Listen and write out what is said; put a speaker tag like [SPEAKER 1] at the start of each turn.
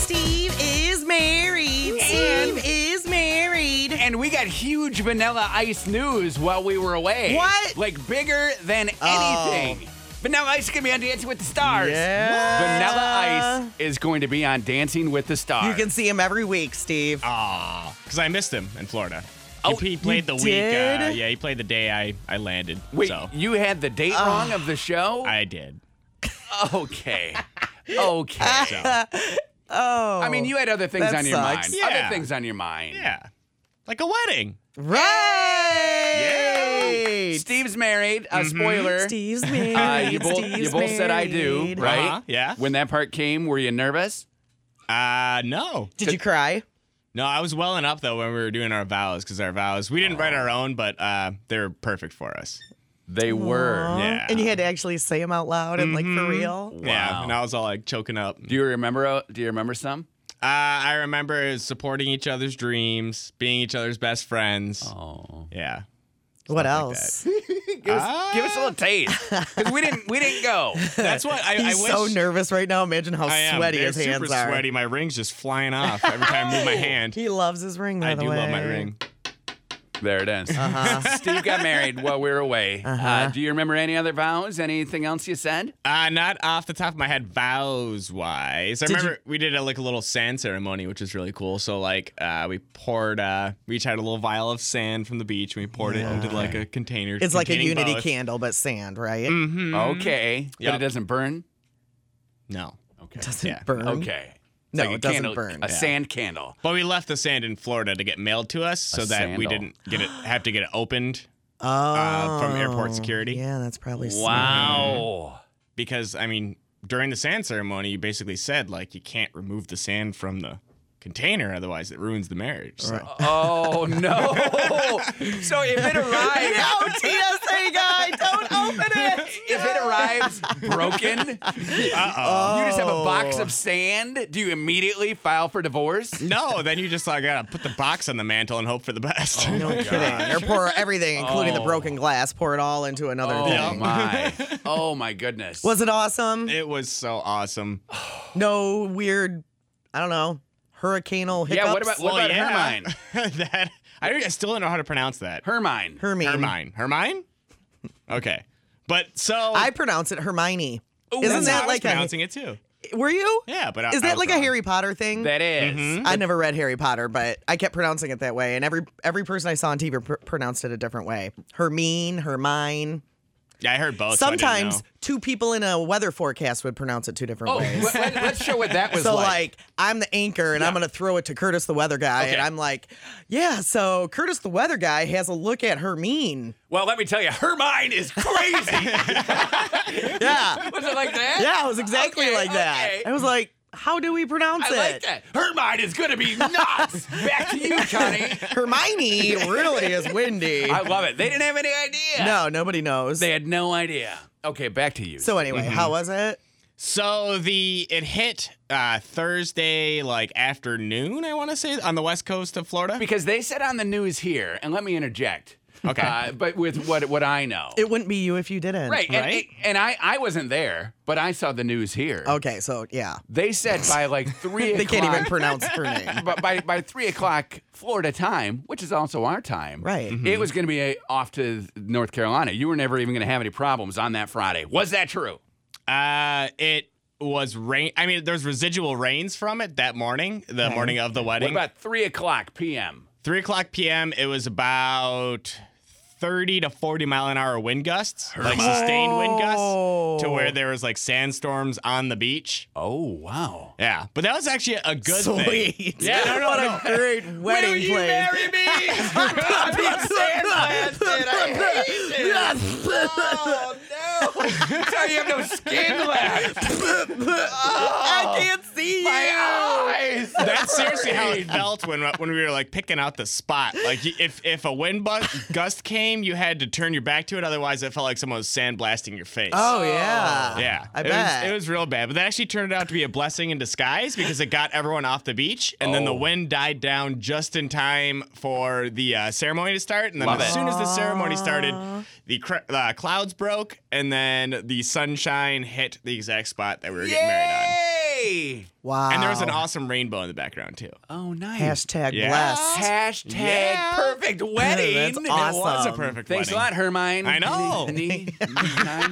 [SPEAKER 1] Steve is married.
[SPEAKER 2] Steve.
[SPEAKER 1] Steve is married.
[SPEAKER 2] And we got huge vanilla ice news while we were away.
[SPEAKER 1] What?
[SPEAKER 2] Like bigger than
[SPEAKER 3] Oh.
[SPEAKER 2] anything. Vanilla Ice is going to be on Dancing with the Stars.
[SPEAKER 1] Yeah.
[SPEAKER 2] Vanilla Ice is going to be on Dancing with the Stars.
[SPEAKER 1] You can see him every week, Steve.
[SPEAKER 4] Oh, because I missed him in Florida.
[SPEAKER 2] Oh,
[SPEAKER 4] he, he played the
[SPEAKER 1] you
[SPEAKER 4] week. Uh,
[SPEAKER 1] did?
[SPEAKER 4] yeah, he played the day I I landed.
[SPEAKER 2] Wait,
[SPEAKER 4] so
[SPEAKER 2] you had the
[SPEAKER 1] Oh.
[SPEAKER 2] date wrong of the show?
[SPEAKER 4] I did.
[SPEAKER 2] okay. Okay.
[SPEAKER 4] So
[SPEAKER 1] oh,
[SPEAKER 2] I mean, you had other things
[SPEAKER 1] That
[SPEAKER 2] on your
[SPEAKER 1] sucks.
[SPEAKER 2] mind.
[SPEAKER 4] Yeah.
[SPEAKER 2] Other things on your mind.
[SPEAKER 4] yeah, like a wedding.
[SPEAKER 1] right.
[SPEAKER 2] Steve's married. A
[SPEAKER 1] Mm-hmm.
[SPEAKER 2] spoiler.
[SPEAKER 1] Steve's married.
[SPEAKER 2] Uh, you both, you
[SPEAKER 1] Steve's
[SPEAKER 2] both said I do,
[SPEAKER 1] married.
[SPEAKER 2] right?
[SPEAKER 4] Uh-huh, yeah.
[SPEAKER 2] When that part came, were you nervous?
[SPEAKER 4] Uh, no,
[SPEAKER 1] Did you cry?
[SPEAKER 4] no, I was welling up though when we were doing our vows because our vows we didn't write our own, but uh, they were perfect for us.
[SPEAKER 2] They were.
[SPEAKER 1] Aw.
[SPEAKER 4] Yeah. Mm-hmm.
[SPEAKER 1] And you had to actually say them out loud and like for real.
[SPEAKER 2] Wow.
[SPEAKER 4] Yeah, and I was all like choking up.
[SPEAKER 2] Do you remember? uh, Do you remember some?
[SPEAKER 4] Uh, I remember it was supporting each other's dreams, being each other's best friends.
[SPEAKER 2] Oh,
[SPEAKER 4] Yeah.
[SPEAKER 1] What else?
[SPEAKER 2] give us, give us a little taste because we didn't we didn't go.
[SPEAKER 4] That's what I, I
[SPEAKER 1] He's
[SPEAKER 4] wish.
[SPEAKER 1] so nervous right now. Imagine how
[SPEAKER 4] I am.
[SPEAKER 1] sweaty
[SPEAKER 4] They're
[SPEAKER 1] his hands
[SPEAKER 4] super
[SPEAKER 1] are.
[SPEAKER 4] sweaty. My ring's just flying off every time I move my hand.
[SPEAKER 1] He loves his ring. By
[SPEAKER 4] I
[SPEAKER 1] the
[SPEAKER 4] do
[SPEAKER 1] way, Uh-huh.
[SPEAKER 4] love my ring.
[SPEAKER 2] There it is. Steve got married while we were away. uh do you remember any other vows? Anything else you said?
[SPEAKER 4] Uh, not off the top of my head, vows wise. I remember we did a, like a little sand ceremony, which was really cool. So like, uh, we poured, uh, we each had a little vial of sand from the beach, and we poured it into like a container.
[SPEAKER 1] It's like a
[SPEAKER 4] containing
[SPEAKER 1] unity
[SPEAKER 4] both. Mm. Mm-hmm.
[SPEAKER 1] candle, but sand, right?
[SPEAKER 2] Mm-hmm. Okay, but it
[SPEAKER 4] Yep.
[SPEAKER 2] doesn't burn.
[SPEAKER 4] No,
[SPEAKER 2] Okay.
[SPEAKER 1] Doesn't
[SPEAKER 4] Yeah.
[SPEAKER 1] burn.
[SPEAKER 2] Okay. It's
[SPEAKER 1] No,
[SPEAKER 2] like a
[SPEAKER 1] it doesn't
[SPEAKER 2] candle-
[SPEAKER 1] burn.
[SPEAKER 2] A
[SPEAKER 1] Yeah.
[SPEAKER 2] sand candle.
[SPEAKER 4] but we left the sand in Florida to get mailed to us, so
[SPEAKER 2] A
[SPEAKER 4] that we
[SPEAKER 2] sandal.
[SPEAKER 4] didn't get it, have to get it opened
[SPEAKER 1] Oh,
[SPEAKER 4] Uh, from airport security.
[SPEAKER 1] Yeah, that's probably smart.
[SPEAKER 2] Wow.
[SPEAKER 4] because I mean, during the sand ceremony, you basically said like you can't remove the sand from the container, otherwise it ruins the marriage. So.
[SPEAKER 2] Oh no! so if it arrives,
[SPEAKER 1] No, Tina, say guy, don't open it.
[SPEAKER 2] if it arrives broken,
[SPEAKER 4] Uh-oh.
[SPEAKER 2] you just have a box of sand. Do you immediately file for divorce?
[SPEAKER 4] No, then you just like gotta put the box on the mantle and hope for the best.
[SPEAKER 1] Oh, No kidding. Or pour everything, including the
[SPEAKER 2] Oh.
[SPEAKER 1] broken glass, pour it all into another
[SPEAKER 2] Oh
[SPEAKER 1] thing.
[SPEAKER 2] my! Oh my goodness!
[SPEAKER 1] Was it awesome?
[SPEAKER 4] it was so awesome.
[SPEAKER 1] no weird, I don't know, hurricanal hiccups.
[SPEAKER 2] yeah. What about what
[SPEAKER 4] Well,
[SPEAKER 2] about
[SPEAKER 4] yeah.
[SPEAKER 2] Hermine?
[SPEAKER 4] that I, don't- I still don't know how to pronounce that.
[SPEAKER 2] Hermine.
[SPEAKER 1] Hermine?
[SPEAKER 4] Hermine. Hermine? Okay. But so
[SPEAKER 1] I pronounce it Hermione.
[SPEAKER 2] Ooh,
[SPEAKER 1] Isn't
[SPEAKER 4] that's how
[SPEAKER 1] that
[SPEAKER 4] I was
[SPEAKER 1] like a?
[SPEAKER 4] pronouncing it too?
[SPEAKER 1] Were you?
[SPEAKER 4] Yeah, but I,
[SPEAKER 1] Is that
[SPEAKER 4] I was Mm-hmm.
[SPEAKER 1] like a
[SPEAKER 4] wrong.
[SPEAKER 1] Harry Potter thing?
[SPEAKER 2] That is.
[SPEAKER 1] I never read Harry Potter, but I kept pronouncing it that way, and every every person I saw on TV pr- pronounced it a different way. Hermine, Hermine.
[SPEAKER 4] Yeah, I heard both. so I didn't
[SPEAKER 1] Sometimes
[SPEAKER 4] know.
[SPEAKER 1] two people in a weather forecast would pronounce it two different
[SPEAKER 2] Oh,
[SPEAKER 1] ways.
[SPEAKER 2] let, let- let's show what that was
[SPEAKER 1] So
[SPEAKER 2] like.
[SPEAKER 1] like, I'm the anchor, and I'm gonna throw it to Curtis the weather guy,
[SPEAKER 2] Okay.
[SPEAKER 1] and I'm like, yeah. So Curtis the weather guy has a look at Hermine.
[SPEAKER 2] Well, let me tell you, Hermine is crazy.
[SPEAKER 1] Yeah,
[SPEAKER 2] was it like that?
[SPEAKER 1] yeah. It was exactly
[SPEAKER 2] Okay,
[SPEAKER 1] like that.
[SPEAKER 2] okay.
[SPEAKER 1] I was like, how do we pronounce
[SPEAKER 2] I
[SPEAKER 1] it?
[SPEAKER 2] like that. Hermine is gonna be nuts. Back to you, Connie.
[SPEAKER 1] Hermione really is windy.
[SPEAKER 2] I love it. They didn't have any idea.
[SPEAKER 1] no, nobody knows.
[SPEAKER 2] They Mm-hmm. had no idea. Okay, back to you.
[SPEAKER 1] so anyway, how was it?
[SPEAKER 4] So the it hit uh, Thursday like afternoon, I want to say, on the west coast of Florida.
[SPEAKER 2] because they said on the news here, and let me interject.
[SPEAKER 4] Okay.
[SPEAKER 2] Uh, but with what what I know.
[SPEAKER 1] It wouldn't be you if you didn't.
[SPEAKER 2] right. And,
[SPEAKER 4] Right?
[SPEAKER 2] and I, I wasn't there, but I saw the news here.
[SPEAKER 1] Okay, so yeah,
[SPEAKER 2] They said by like three
[SPEAKER 1] Oh. they
[SPEAKER 2] o'clock.
[SPEAKER 1] can't even pronounce her name.
[SPEAKER 2] but by, by three o'clock Florida time, which is also our time,
[SPEAKER 1] Right.
[SPEAKER 4] Mm-hmm.
[SPEAKER 2] It was going to be a, off to North Carolina. You were never even going to have any problems on that Friday. Was that true?
[SPEAKER 4] Uh, it was rain. I mean, there's residual rains from it that morning, the morning of the
[SPEAKER 2] What
[SPEAKER 4] wedding.
[SPEAKER 2] about three o'clock p.m.?
[SPEAKER 4] Three o'clock p.m. It was about thirty to forty mile an hour wind gusts, like sustained wind gusts, to where there was like sandstorms on the beach.
[SPEAKER 2] Oh wow!
[SPEAKER 4] Yeah, but that was actually a good thing.
[SPEAKER 1] Sweet.
[SPEAKER 4] Yeah, no, no,
[SPEAKER 1] what
[SPEAKER 4] no.
[SPEAKER 1] a great wedding
[SPEAKER 2] Will you
[SPEAKER 1] place.
[SPEAKER 2] marry me? I'm being sandblasted. I hate it. Oh no! Sorry, you have no skin left.
[SPEAKER 1] I can't see
[SPEAKER 2] My eyes.
[SPEAKER 4] That's seriously how it felt when when we were like picking out the spot. Like y- if if a wind bu- gust came, you had to turn your back to it. Otherwise, it felt like someone was sandblasting your face.
[SPEAKER 1] Oh yeah.
[SPEAKER 4] Yeah,
[SPEAKER 1] I
[SPEAKER 4] it
[SPEAKER 1] bet.
[SPEAKER 4] was, it was real bad, but that actually turned out to be a blessing in disguise because it got everyone off the beach, and then the
[SPEAKER 2] Oh.
[SPEAKER 4] wind died down just in time for the uh, ceremony to start. And then
[SPEAKER 2] Love
[SPEAKER 4] as
[SPEAKER 2] it.
[SPEAKER 4] soon as the ceremony started, the cr- uh, clouds broke, and then the sunshine hit the exact spot that we were getting married on.
[SPEAKER 2] Hey.
[SPEAKER 1] Wow.
[SPEAKER 4] And there was an awesome rainbow in the background too.
[SPEAKER 2] Oh, nice.
[SPEAKER 1] hashtag
[SPEAKER 4] Yeah.
[SPEAKER 1] blessed.
[SPEAKER 2] Hashtag
[SPEAKER 4] Yeah.
[SPEAKER 2] perfect wedding.
[SPEAKER 1] That's
[SPEAKER 2] It
[SPEAKER 1] awesome.
[SPEAKER 2] was
[SPEAKER 4] It's a perfect
[SPEAKER 2] Thanks a
[SPEAKER 4] wedding.
[SPEAKER 2] lot, Hermine.
[SPEAKER 4] I know.
[SPEAKER 2] Knee- knee- nine.